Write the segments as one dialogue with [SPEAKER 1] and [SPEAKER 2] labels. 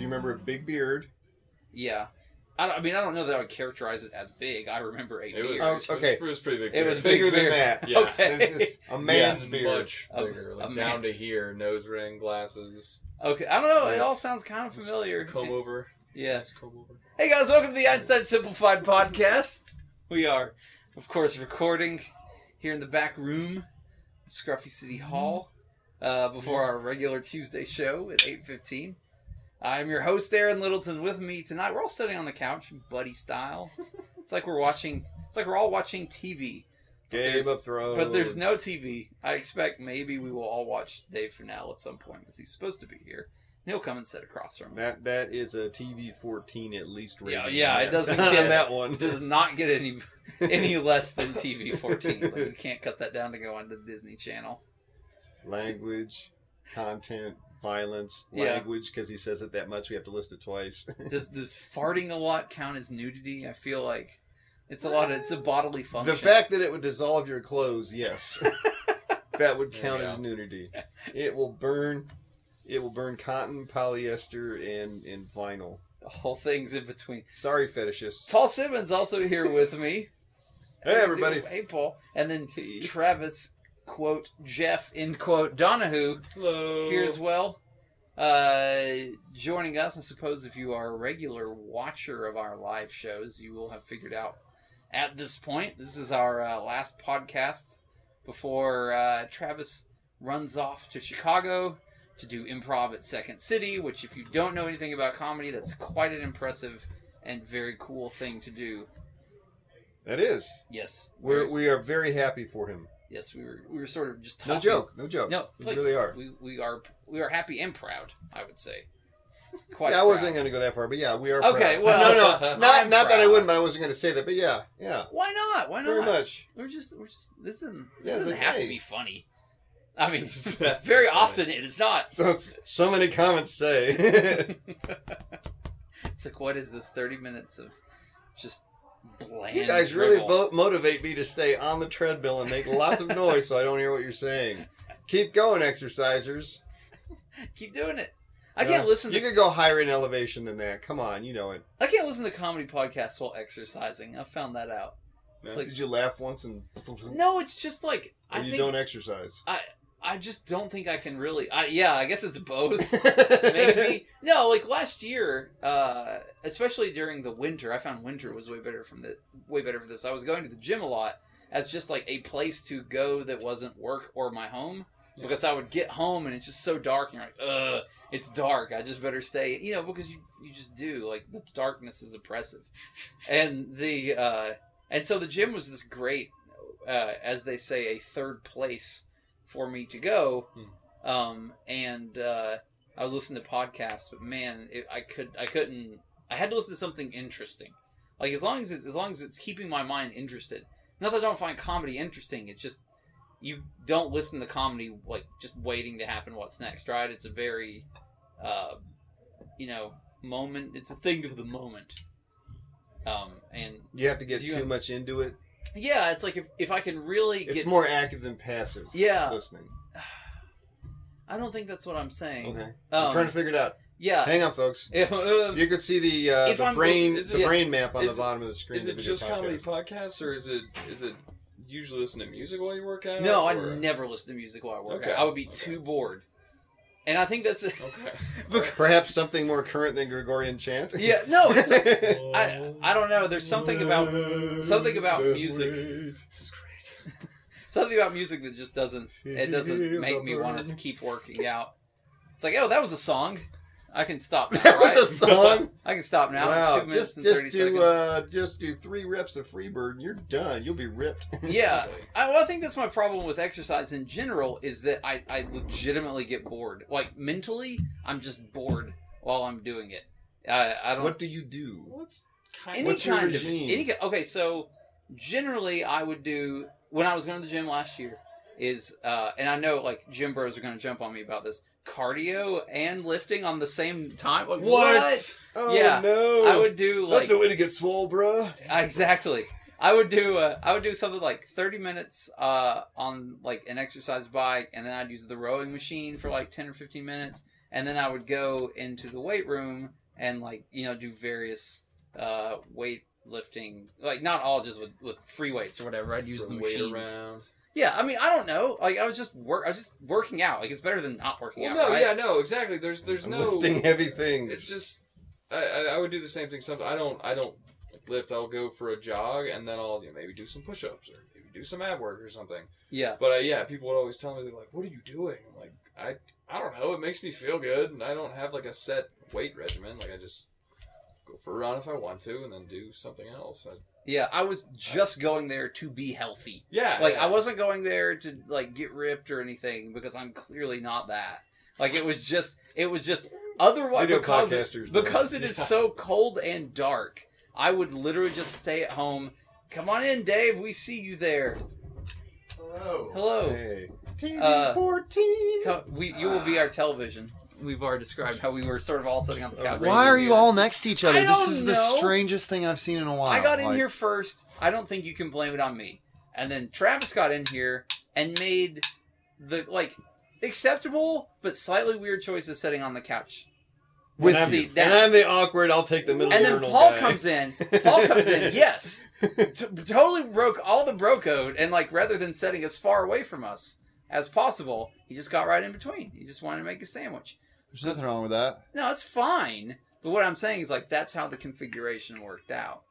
[SPEAKER 1] remember big beard.
[SPEAKER 2] Yeah. I, don't, I mean, I don't know that I would characterize it as big. I remember a
[SPEAKER 3] It
[SPEAKER 2] beard.
[SPEAKER 3] was,
[SPEAKER 1] Oh,
[SPEAKER 3] it was-
[SPEAKER 1] okay.
[SPEAKER 3] It was pretty big.
[SPEAKER 2] It
[SPEAKER 3] beard.
[SPEAKER 2] was big
[SPEAKER 1] Bigger than
[SPEAKER 2] beard.
[SPEAKER 1] that.
[SPEAKER 3] Yeah.
[SPEAKER 2] Okay.
[SPEAKER 1] It's just a man's
[SPEAKER 3] Yeah,
[SPEAKER 1] beard.
[SPEAKER 3] Much
[SPEAKER 2] A-
[SPEAKER 3] bigger. like
[SPEAKER 2] a
[SPEAKER 3] down
[SPEAKER 2] man-
[SPEAKER 3] to here, nose ring, glasses.
[SPEAKER 2] Okay. I don't know. It
[SPEAKER 3] Yes.
[SPEAKER 2] all sounds kind of familiar.
[SPEAKER 3] Comb over.
[SPEAKER 2] Yeah.
[SPEAKER 3] Nice comb over.
[SPEAKER 2] Hey guys, welcome to the Einstein Simplified podcast. We are, of course, recording here in the back room of Scruffy City
[SPEAKER 3] Mm-hmm.
[SPEAKER 2] Hall uh, before our regular Tuesday show at eight fifteen. I'm your host, Aaron Littleton. With me tonight, we're all sitting on the couch, buddy style. It's like we're watching. It's like we're all watching TV,
[SPEAKER 1] Game of Thrones.
[SPEAKER 2] but there's no TV. I expect maybe we will all watch Dave Fennell at some point because he's supposed to be here. And he'll come and sit across from us.
[SPEAKER 1] That that is a TV fourteen at least rating.
[SPEAKER 2] Yeah, yeah, it doesn't
[SPEAKER 1] on
[SPEAKER 2] get-
[SPEAKER 1] that one.
[SPEAKER 2] does not get any any less than TV 14. Like you can't cut that down to go on to Disney Channel.
[SPEAKER 1] language, content, violence,
[SPEAKER 2] Yeah.
[SPEAKER 1] language because he says it that much. We have to list it twice.
[SPEAKER 2] Does does farting a lot count as nudity? I feel like it's a lot of it's a bodily function.
[SPEAKER 1] The fact that it would dissolve your clothes, yes, that would count
[SPEAKER 3] Yeah.
[SPEAKER 1] as nudity. It will burn. It will burn cotton, polyester, and and vinyl.
[SPEAKER 2] the whole thing's in between.
[SPEAKER 1] Sorry, fetishists.
[SPEAKER 2] Paul Simmons also here with me.
[SPEAKER 1] Hey, everybody.
[SPEAKER 2] Hey Paul, and then
[SPEAKER 1] Hey.
[SPEAKER 2] Travis quote Jeff end quote Donahue
[SPEAKER 3] Hello.
[SPEAKER 2] here as well. Uh, joining us, I suppose if you are a regular watcher of our live shows, you will have figured out at this point. This is our uh, last podcast before uh, Travis runs off to Chicago to do improv at Second City, which, if you don't know anything about comedy, that's quite an impressive and very cool thing to do.
[SPEAKER 1] That is.
[SPEAKER 2] Yes,
[SPEAKER 1] We're, we are very happy for him.
[SPEAKER 2] yes, we were we were sort of just
[SPEAKER 1] No
[SPEAKER 2] talking-
[SPEAKER 1] joke. No joke.
[SPEAKER 2] No,
[SPEAKER 1] we
[SPEAKER 2] please.
[SPEAKER 1] really are.
[SPEAKER 2] We, we are we are happy and proud. I would say.
[SPEAKER 1] Yeah,
[SPEAKER 2] Quite.
[SPEAKER 1] I wasn't
[SPEAKER 2] proud.
[SPEAKER 1] going to go that far, but yeah, we are.
[SPEAKER 2] Okay,
[SPEAKER 1] proud.
[SPEAKER 2] well-
[SPEAKER 1] no, no, not
[SPEAKER 2] I'm
[SPEAKER 1] not that I
[SPEAKER 2] proud.
[SPEAKER 1] wouldn't, but I wasn't going to say that. But yeah, yeah,
[SPEAKER 2] Why not? Why not?
[SPEAKER 1] very much.
[SPEAKER 2] We're just we're just this doesn't this
[SPEAKER 1] Yeah, it's
[SPEAKER 2] doesn't
[SPEAKER 1] like,
[SPEAKER 2] have
[SPEAKER 1] hey.
[SPEAKER 2] to be funny. I mean,
[SPEAKER 3] Doesn't have to
[SPEAKER 2] very
[SPEAKER 3] be funny.
[SPEAKER 2] often it is not.
[SPEAKER 1] So it's- so many comments say.
[SPEAKER 2] It's like what is this? Thirty minutes of just bland.
[SPEAKER 1] You guys really
[SPEAKER 2] drivel.
[SPEAKER 1] vote, motivate me to stay on the treadmill and make lots of noise so I don't hear what you're saying. Keep going, exercisers.
[SPEAKER 2] Keep doing it. I can't listen.
[SPEAKER 1] You
[SPEAKER 2] To,
[SPEAKER 1] could go higher in elevation than that. Come on, you know it.
[SPEAKER 2] I can't listen to comedy podcasts while exercising. I found that out. It's like-
[SPEAKER 1] Did you laugh once and
[SPEAKER 2] No, it's just like
[SPEAKER 1] or
[SPEAKER 2] I
[SPEAKER 1] you
[SPEAKER 2] think
[SPEAKER 1] don't exercise?
[SPEAKER 2] I just don't think I can really. I, yeah, I guess it's both. maybe no like last year uh especially during the winter i found winter was way better from the way better for this i was going to the gym a lot as just like a place to go that wasn't work or my home
[SPEAKER 3] Yeah.
[SPEAKER 2] because i would get home and it's just so dark and you're like ugh it's dark i just better stay you know because you you just do like the darkness is oppressive and the uh and so the gym was this great uh as they say a third place for me to go um and uh I would listen to podcasts, but man, it, I could I couldn't I had to listen to something interesting. Like as long as it's, as long as it's keeping my mind interested. Not that I don't find comedy interesting. It's just you don't listen to comedy like just waiting to happen. What's next, right? It's a very, uh, you know, moment. It's a thing of the moment. Um, and
[SPEAKER 1] you have to get
[SPEAKER 2] Do you
[SPEAKER 1] too
[SPEAKER 2] have-
[SPEAKER 1] much into it.
[SPEAKER 2] yeah, it's like if if I can really
[SPEAKER 1] It's
[SPEAKER 2] get
[SPEAKER 1] more active than passive.
[SPEAKER 2] yeah,
[SPEAKER 1] Listening.
[SPEAKER 2] I don't think that's what I'm saying.
[SPEAKER 1] Okay.
[SPEAKER 2] Um,
[SPEAKER 1] I'm trying to figure it out.
[SPEAKER 2] yeah.
[SPEAKER 1] Hang on, folks.
[SPEAKER 2] Uh, Um,
[SPEAKER 1] You could see the uh,
[SPEAKER 2] If
[SPEAKER 1] the
[SPEAKER 2] I'm-
[SPEAKER 1] brain
[SPEAKER 3] is
[SPEAKER 1] the
[SPEAKER 2] it-
[SPEAKER 1] brain map on the
[SPEAKER 3] is it-
[SPEAKER 1] bottom of the screen.
[SPEAKER 3] Is
[SPEAKER 1] of
[SPEAKER 3] it
[SPEAKER 1] the
[SPEAKER 3] just
[SPEAKER 1] podcast.
[SPEAKER 3] comedy podcasts, or is it is it you usually listen to music while you work out?
[SPEAKER 2] No, I
[SPEAKER 3] or-
[SPEAKER 2] never listen to music while I work.
[SPEAKER 3] Okay.
[SPEAKER 2] out. I would be
[SPEAKER 3] Okay.
[SPEAKER 2] too bored. And I think that's
[SPEAKER 3] Okay.
[SPEAKER 2] because,
[SPEAKER 1] Perhaps something more current than Gregorian chant.
[SPEAKER 2] yeah. No, it's
[SPEAKER 3] I
[SPEAKER 2] I don't know, there's something about- something about music.
[SPEAKER 3] This is great.
[SPEAKER 2] something about music that just doesn't it doesn't make me want to keep working out. It's like, oh, that was a song. I can stop now.
[SPEAKER 1] that
[SPEAKER 2] right?
[SPEAKER 1] was a song.
[SPEAKER 2] I can stop now.
[SPEAKER 1] wow,
[SPEAKER 2] Two minutes
[SPEAKER 1] just
[SPEAKER 2] and
[SPEAKER 1] just
[SPEAKER 2] thirty
[SPEAKER 1] do
[SPEAKER 2] seconds.
[SPEAKER 1] uh, just do three reps of Freebird and you're done. You'll be ripped.
[SPEAKER 2] yeah. I, well, I think that's my problem with exercise in general is that I, I legitimately get bored. Like mentally, I'm just bored while I'm doing it. I, I don't.
[SPEAKER 1] what do you do?
[SPEAKER 3] What's
[SPEAKER 2] any
[SPEAKER 3] kind
[SPEAKER 1] What's your
[SPEAKER 2] kind of
[SPEAKER 1] regime?
[SPEAKER 2] any ki- okay so generally i would do when i was going to the gym last year is uh and i know like gym bros are going to jump on me about this cardio and lifting on the same time Like,
[SPEAKER 1] Oh
[SPEAKER 2] Yeah,
[SPEAKER 1] no,
[SPEAKER 2] i would do like
[SPEAKER 1] that's the way to get swole, bruh.
[SPEAKER 2] exactly i would do uh, i would do something like 30 minutes uh on like an exercise bike and then i'd use the rowing machine for like 10 or 15 minutes and then i would go into the weight room and like you know do various uh, weightlifting, like not all just with, with free weights or whatever. I'd use the
[SPEAKER 3] Throw weight
[SPEAKER 2] machines.
[SPEAKER 3] around.
[SPEAKER 2] Yeah, I mean I don't know. Like I was just work, I was just working out. Like it's better than not working
[SPEAKER 3] Well,
[SPEAKER 2] out.
[SPEAKER 3] no,
[SPEAKER 2] right?
[SPEAKER 3] yeah, no, exactly. There's there's
[SPEAKER 4] I'm
[SPEAKER 3] no
[SPEAKER 4] lifting heavy
[SPEAKER 3] It's
[SPEAKER 4] things.
[SPEAKER 3] just I, I I would do the same thing. Sometimes I don't I don't lift. I'll go for a jog and then I'll you know, maybe do some push ups or maybe do some ab work or something.
[SPEAKER 2] yeah,
[SPEAKER 3] But uh, yeah, people would always tell me they're like, "What are you doing?" I'm like, I I don't know. It makes me feel good, and I don't have like a set weight regimen. Like I just go for a run if I want to, and then do something else. I,
[SPEAKER 2] yeah. I was just going there to be healthy.
[SPEAKER 3] yeah,
[SPEAKER 2] like
[SPEAKER 3] yeah.
[SPEAKER 2] i wasn't going there to like get ripped or anything because i'm clearly not that like it was just it was just otherwise
[SPEAKER 4] Video
[SPEAKER 2] because it,
[SPEAKER 4] podcasters. know.
[SPEAKER 2] because it is so cold and dark i would literally just stay at home come on in dave we see you there
[SPEAKER 4] Hello.
[SPEAKER 2] Hello.
[SPEAKER 4] Hey. TV
[SPEAKER 2] Uh,
[SPEAKER 4] 14.
[SPEAKER 2] come, we, you will be our television we've already described how we were sort of all sitting on the couch
[SPEAKER 4] Why are you all next to each other?
[SPEAKER 2] I
[SPEAKER 4] This
[SPEAKER 2] don't
[SPEAKER 4] is
[SPEAKER 2] know.
[SPEAKER 4] the strangest thing I've seen in a while.
[SPEAKER 2] i got in
[SPEAKER 4] Like,
[SPEAKER 2] here first i don't think you can blame it on me and then travis got in here and made the like acceptable but slightly weird choice of sitting on the couch
[SPEAKER 4] with
[SPEAKER 2] and I'm-
[SPEAKER 4] you.
[SPEAKER 2] See, that-
[SPEAKER 4] And I'm the awkward. I'll take the middle.
[SPEAKER 2] and then
[SPEAKER 4] urinal
[SPEAKER 2] Paul
[SPEAKER 4] guy.
[SPEAKER 2] comes in. Paul comes in. Yes, T- totally broke all the bro code, and like rather than setting as far away from us as possible, he just got right in between. He just wanted to make a sandwich.
[SPEAKER 4] There's nothing wrong with that.
[SPEAKER 2] No, it's fine. But what I'm saying is like that's how the configuration worked out.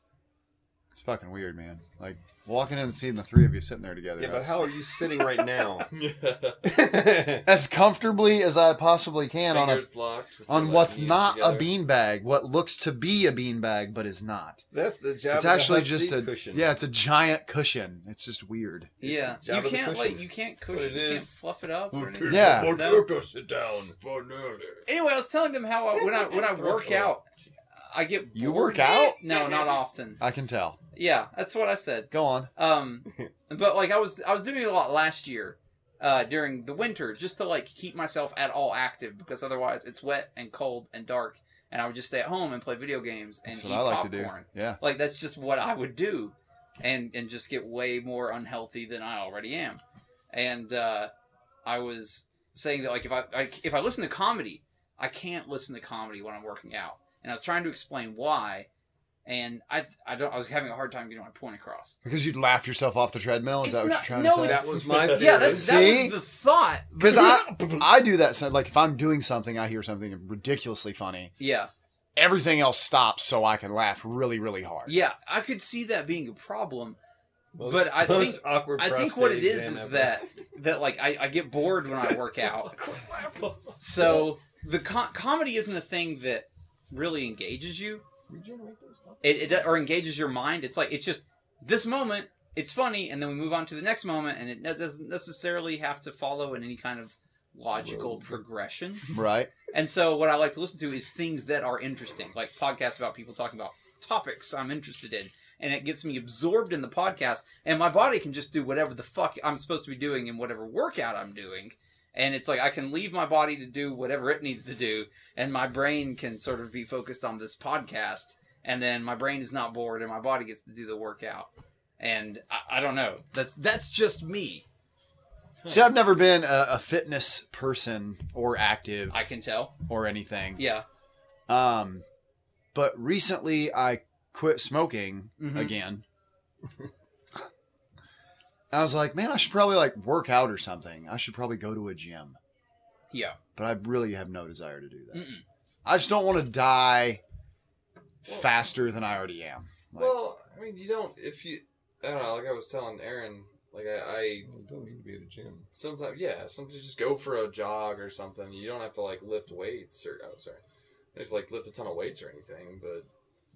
[SPEAKER 4] It's fucking weird, man. Like walking in and seeing the three of you sitting there together.
[SPEAKER 1] Yeah, but
[SPEAKER 4] that's-
[SPEAKER 1] how are you sitting right now?
[SPEAKER 4] as comfortably as I possibly can on a
[SPEAKER 3] Fingers locked with your,
[SPEAKER 4] on
[SPEAKER 3] like,
[SPEAKER 4] what's
[SPEAKER 3] knees
[SPEAKER 4] not
[SPEAKER 3] together.
[SPEAKER 4] a beanbag, what looks to be a beanbag but is not.
[SPEAKER 1] That's the job.
[SPEAKER 4] it's
[SPEAKER 1] of the
[SPEAKER 4] actually
[SPEAKER 1] hot
[SPEAKER 4] just
[SPEAKER 1] seat
[SPEAKER 4] a
[SPEAKER 1] cushion.
[SPEAKER 4] yeah, it's a giant cushion. It's just weird.
[SPEAKER 2] yeah,
[SPEAKER 1] the
[SPEAKER 2] you
[SPEAKER 1] job of the
[SPEAKER 2] can't
[SPEAKER 1] cushion.
[SPEAKER 2] like you can't
[SPEAKER 1] what
[SPEAKER 2] cushion,
[SPEAKER 1] it
[SPEAKER 2] you can't
[SPEAKER 1] is.
[SPEAKER 2] fluff it up. Or anything.
[SPEAKER 4] Yeah.
[SPEAKER 2] No.
[SPEAKER 3] sit down for nearly.
[SPEAKER 2] Anyway, I was telling them how I, when I when I work out, I get
[SPEAKER 4] You
[SPEAKER 2] bored.
[SPEAKER 4] work out?
[SPEAKER 2] No, not often.
[SPEAKER 4] I can tell.
[SPEAKER 2] Yeah, that's what I said.
[SPEAKER 4] Go on.
[SPEAKER 2] Um, but like I was, I was doing it a lot last year uh, during the winter, just to like keep myself at all active because otherwise it's wet and cold and dark, and I would just stay at home and play video games and
[SPEAKER 4] That's
[SPEAKER 2] eat
[SPEAKER 4] what I like
[SPEAKER 2] popcorn.
[SPEAKER 4] to do. Yeah.
[SPEAKER 2] Like that's just what I would do, and and just get way more unhealthy than I already am. And uh, I was saying that like if I, I if I listen to comedy, I can't listen to comedy when I'm working out, and I was trying to explain why. And I, I don't. I was having a hard time getting my point across.
[SPEAKER 4] Because you'd laugh yourself off the treadmill. Is
[SPEAKER 2] It's
[SPEAKER 4] that what
[SPEAKER 2] not-
[SPEAKER 4] you're trying
[SPEAKER 2] no,
[SPEAKER 4] to
[SPEAKER 2] it's-
[SPEAKER 4] say?
[SPEAKER 1] That was my theory.
[SPEAKER 2] Yeah, that's, that
[SPEAKER 4] See?
[SPEAKER 2] was the thought.
[SPEAKER 4] Because I I do that. so, Like if I'm doing something, I hear something ridiculously funny.
[SPEAKER 2] Yeah,
[SPEAKER 4] Everything else stops, so I can laugh really, really hard.
[SPEAKER 2] yeah, I could see that being a problem.
[SPEAKER 1] Most-
[SPEAKER 2] but I
[SPEAKER 1] most
[SPEAKER 2] think-
[SPEAKER 1] awkward.
[SPEAKER 2] I think what it
[SPEAKER 1] prostate
[SPEAKER 2] is
[SPEAKER 1] exam
[SPEAKER 2] is
[SPEAKER 1] ever.
[SPEAKER 2] that that like I, I get bored when I work out. So the co- comedy isn't a thing that really engages you. It, it or engages your mind. It's like it's just this moment. It's funny, and then we move on to the next moment, and it ne- doesn't necessarily have to follow in any kind of logical progression.
[SPEAKER 4] Right.
[SPEAKER 2] And so what I like to listen to is things that are interesting, like podcasts about people talking about topics I'm interested in. And it gets me absorbed in the podcast, and my body can just do whatever the fuck I'm supposed to be doing in whatever workout I'm doing. And it's like I can leave my body to do whatever it needs to do, and my brain can sort of be focused on this podcast. And then my brain is not bored, and my body gets to do the workout. And I, I don't know. That's that's just me.
[SPEAKER 4] See, I've never been a, a fitness person or active
[SPEAKER 2] I can tell.
[SPEAKER 4] or anything.
[SPEAKER 2] Yeah.
[SPEAKER 4] Um, but recently I quit smoking
[SPEAKER 2] Mhm.
[SPEAKER 4] again. I was like, man, I should probably like work out or something. I should probably go to a gym.
[SPEAKER 2] Yeah.
[SPEAKER 4] But I really have no desire to do that.
[SPEAKER 2] Mm-mm.
[SPEAKER 4] I just don't want to die faster than I already am. Like,
[SPEAKER 3] well, I mean, you don't if you. I don't know. Like I was telling Aaron, like I, I
[SPEAKER 1] You don't need to be at a gym.
[SPEAKER 3] sometimes yeah sometimes just go for a jog or something you don't have to like lift weights or oh sorry there's like lift a ton of weights or anything but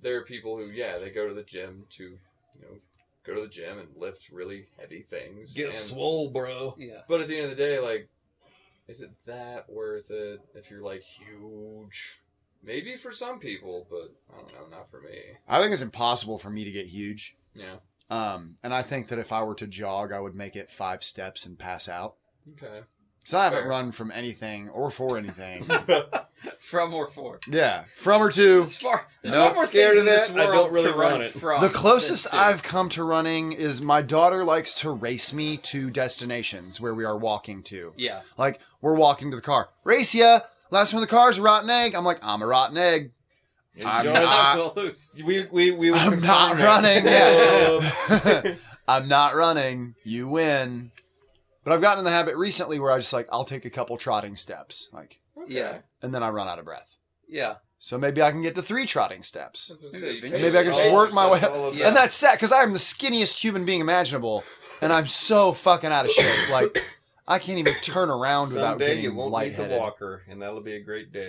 [SPEAKER 3] there are people who yeah they go to the gym to you know go to the gym and lift really heavy things
[SPEAKER 1] Get
[SPEAKER 3] and,
[SPEAKER 1] swole, bro.
[SPEAKER 2] Yeah.
[SPEAKER 3] but at the end of the day like is it that worth it if you're like huge maybe for some people but i don't know not for me
[SPEAKER 4] I think it's impossible for me to get huge.
[SPEAKER 3] yeah
[SPEAKER 4] Um, and I think that if I were to jog, I would make it five steps and pass out.
[SPEAKER 3] okay
[SPEAKER 4] Because I haven't
[SPEAKER 3] Fair.
[SPEAKER 4] run from anything or for anything.
[SPEAKER 2] From or for.
[SPEAKER 4] yeah, from or to.
[SPEAKER 2] As far, there's
[SPEAKER 4] No,
[SPEAKER 2] far more
[SPEAKER 1] scared
[SPEAKER 2] things
[SPEAKER 1] of
[SPEAKER 2] in this
[SPEAKER 1] that. I
[SPEAKER 2] world
[SPEAKER 1] don't really
[SPEAKER 2] to run
[SPEAKER 1] want it.
[SPEAKER 2] from.
[SPEAKER 4] The
[SPEAKER 2] than
[SPEAKER 4] closest
[SPEAKER 2] to-
[SPEAKER 4] I've come to running is my daughter likes to race me to destinations where we are walking to.
[SPEAKER 2] Yeah.
[SPEAKER 4] Like, we're walking to the car. Race ya! Last one of the cars, rotten egg. I'm like, I'm a rotten egg. I'm
[SPEAKER 1] Enjoy
[SPEAKER 4] not-
[SPEAKER 2] Not loose.
[SPEAKER 1] We we we. will
[SPEAKER 4] I'm not
[SPEAKER 1] confirm that.
[SPEAKER 4] running.
[SPEAKER 1] Whoops.
[SPEAKER 4] Yeah. I'm not running. You win. But I've gotten in the habit recently where I just like I'll take a couple trotting steps, like,
[SPEAKER 3] Okay.
[SPEAKER 2] Yeah.
[SPEAKER 4] and then I run out of breath.
[SPEAKER 2] Yeah.
[SPEAKER 4] So maybe I can get to three trotting steps,
[SPEAKER 2] Maybe I can just
[SPEAKER 4] work my way-
[SPEAKER 1] All of
[SPEAKER 2] Yeah.
[SPEAKER 4] and that's sad because I am the skinniest human being imaginable, and I'm so fucking out of shape. Like I can't even turn around without
[SPEAKER 1] Someday
[SPEAKER 4] getting
[SPEAKER 1] you won't need the
[SPEAKER 4] lightheaded.
[SPEAKER 1] walker, and that'll be a great day.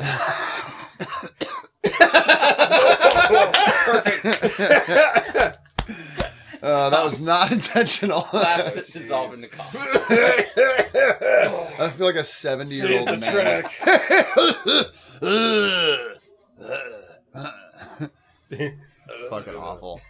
[SPEAKER 4] Uh, that was not intentional.
[SPEAKER 2] Laughs that
[SPEAKER 3] jeez.
[SPEAKER 2] dissolve into comments.
[SPEAKER 4] I feel like a 70 year old
[SPEAKER 1] Save the
[SPEAKER 4] man. It's fucking awful.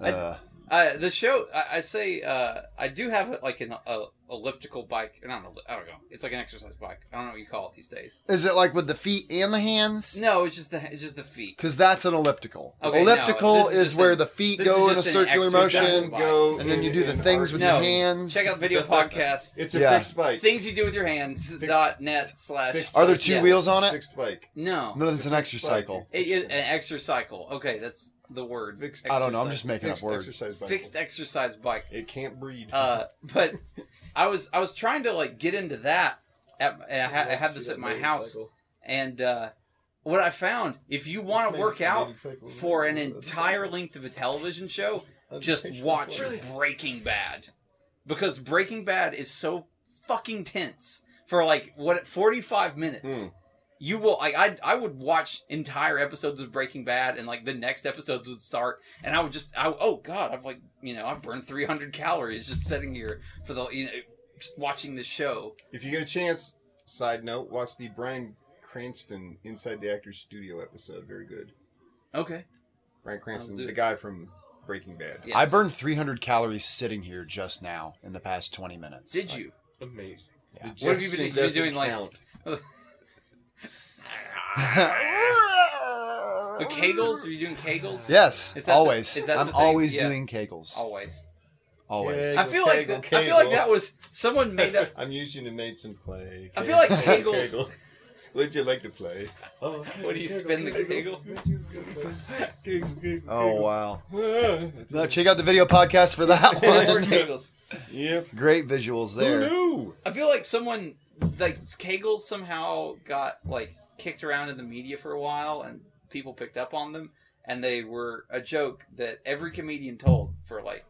[SPEAKER 4] Uh,
[SPEAKER 2] Uh, the show, I, I say, uh, I do have like an uh, elliptical bike. Not an, elli- I don't know. It's like an exercise bike. I don't know what you call it these days.
[SPEAKER 4] is it like with the feet and the hands?
[SPEAKER 2] No, it's just the it's just the feet.
[SPEAKER 4] Because that's an elliptical.
[SPEAKER 2] Okay, no,
[SPEAKER 4] elliptical
[SPEAKER 2] this is
[SPEAKER 4] is,
[SPEAKER 2] just
[SPEAKER 4] where
[SPEAKER 2] an-
[SPEAKER 4] the feet
[SPEAKER 2] this
[SPEAKER 4] go
[SPEAKER 2] is
[SPEAKER 4] in a
[SPEAKER 2] just an
[SPEAKER 4] circular
[SPEAKER 2] exercise
[SPEAKER 4] motion,
[SPEAKER 2] bike.
[SPEAKER 1] Go
[SPEAKER 4] and then you do the
[SPEAKER 1] in
[SPEAKER 4] things with
[SPEAKER 1] our-
[SPEAKER 2] No.
[SPEAKER 4] your hands.
[SPEAKER 2] Check out video podcast.
[SPEAKER 1] It's a
[SPEAKER 4] Yeah.
[SPEAKER 1] fixed bike.
[SPEAKER 2] Things you do with your hands.
[SPEAKER 1] Fixed-
[SPEAKER 2] dot net slash.
[SPEAKER 1] fixed-
[SPEAKER 4] Are there two
[SPEAKER 2] Yeah.
[SPEAKER 4] wheels on it?
[SPEAKER 1] Fixed bike.
[SPEAKER 2] No,
[SPEAKER 4] No, it's an exercycle.
[SPEAKER 2] it is an exercycle. Okay, that's the word.
[SPEAKER 1] Fixed.
[SPEAKER 4] I don't know, I'm
[SPEAKER 1] exercise-
[SPEAKER 4] just making up
[SPEAKER 1] fixed
[SPEAKER 4] words.
[SPEAKER 1] Exercise bike.
[SPEAKER 2] Fixed exercise bike.
[SPEAKER 1] It can't breed.
[SPEAKER 2] Uh, but I was I was trying to like get into that. At, and I, ha- I had this at my house, and uh, what I found, if you want to work out for an entire length of a television show, just watch Breaking Bad. Because Breaking Bad is so fucking tense for like what 45 minutes.
[SPEAKER 1] Hmm.
[SPEAKER 2] You will like I I would watch entire episodes of Breaking Bad and like the next episodes would start and I would just I oh god, I've like, you know, I've burned 300 calories just sitting here for the you know just watching this show.
[SPEAKER 1] If you get a chance, side note, watch the Brian Cranston Inside the Actors Studio episode. Very good.
[SPEAKER 2] Okay.
[SPEAKER 1] Brian Cranston,
[SPEAKER 2] do
[SPEAKER 1] the
[SPEAKER 2] it.
[SPEAKER 1] guy from Breaking Bad.
[SPEAKER 2] Yes.
[SPEAKER 4] I burned 300 calories sitting here just now in the past 20 minutes.
[SPEAKER 2] Did you?
[SPEAKER 3] Amazing.
[SPEAKER 1] The
[SPEAKER 2] What have
[SPEAKER 1] gesture
[SPEAKER 2] you been- you've been
[SPEAKER 1] doesn't
[SPEAKER 2] doing, like-
[SPEAKER 1] count.
[SPEAKER 2] The Kegels? Are you doing Kegels?
[SPEAKER 4] yes,
[SPEAKER 2] Is that the-
[SPEAKER 4] always.
[SPEAKER 2] is that
[SPEAKER 4] I'm
[SPEAKER 2] the thing?
[SPEAKER 4] always
[SPEAKER 2] Yeah.
[SPEAKER 4] doing kegels.
[SPEAKER 2] Always.
[SPEAKER 4] Always.
[SPEAKER 1] Yeah.
[SPEAKER 2] I
[SPEAKER 1] Kegel,
[SPEAKER 2] feel like
[SPEAKER 1] Kegel,
[SPEAKER 2] that, I feel like
[SPEAKER 1] Kegel.
[SPEAKER 2] that was someone made up
[SPEAKER 1] I'm using to make some clay.
[SPEAKER 2] I feel like
[SPEAKER 1] Kegel,
[SPEAKER 2] Kegels-
[SPEAKER 1] Kegel. Would you like to play? Oh,
[SPEAKER 2] What do you spin the Kegel?
[SPEAKER 4] Oh, wow.
[SPEAKER 1] wow.
[SPEAKER 4] No, check out the video podcast for that
[SPEAKER 2] They were
[SPEAKER 4] one.
[SPEAKER 2] Kegels.
[SPEAKER 1] Yep.
[SPEAKER 4] Great visuals
[SPEAKER 1] There.
[SPEAKER 4] there.
[SPEAKER 2] I feel like someone like Kegel somehow got like kicked around in the media for a while, and people picked up on them, and they were a joke that every comedian told for like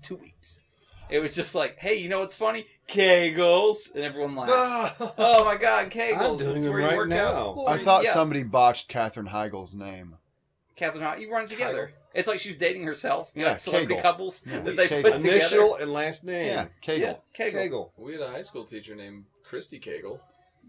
[SPEAKER 2] two weeks. It was just like, hey, you know what's funny? Kegels, and everyone laughed.
[SPEAKER 3] Ah.
[SPEAKER 2] oh my god,
[SPEAKER 1] I'm
[SPEAKER 2] Kegels!
[SPEAKER 1] doing
[SPEAKER 2] That's
[SPEAKER 1] them
[SPEAKER 2] where you
[SPEAKER 1] right
[SPEAKER 2] work out.
[SPEAKER 1] now.
[SPEAKER 4] I thought
[SPEAKER 2] Yeah.
[SPEAKER 4] somebody botched Katherine Heigl's name.
[SPEAKER 2] Catherine, Hahn- you run it together. It's like she was dating herself. You know,
[SPEAKER 4] Yeah,
[SPEAKER 2] like celebrity
[SPEAKER 4] Kegel.
[SPEAKER 2] couples
[SPEAKER 4] Yeah.
[SPEAKER 2] that they
[SPEAKER 4] Kegel.
[SPEAKER 2] put together.
[SPEAKER 1] Initial and last name.
[SPEAKER 4] Yeah, kegel.
[SPEAKER 2] Yeah, Kegel.
[SPEAKER 1] Kegel.
[SPEAKER 3] We had a high school teacher named Christy Cagle.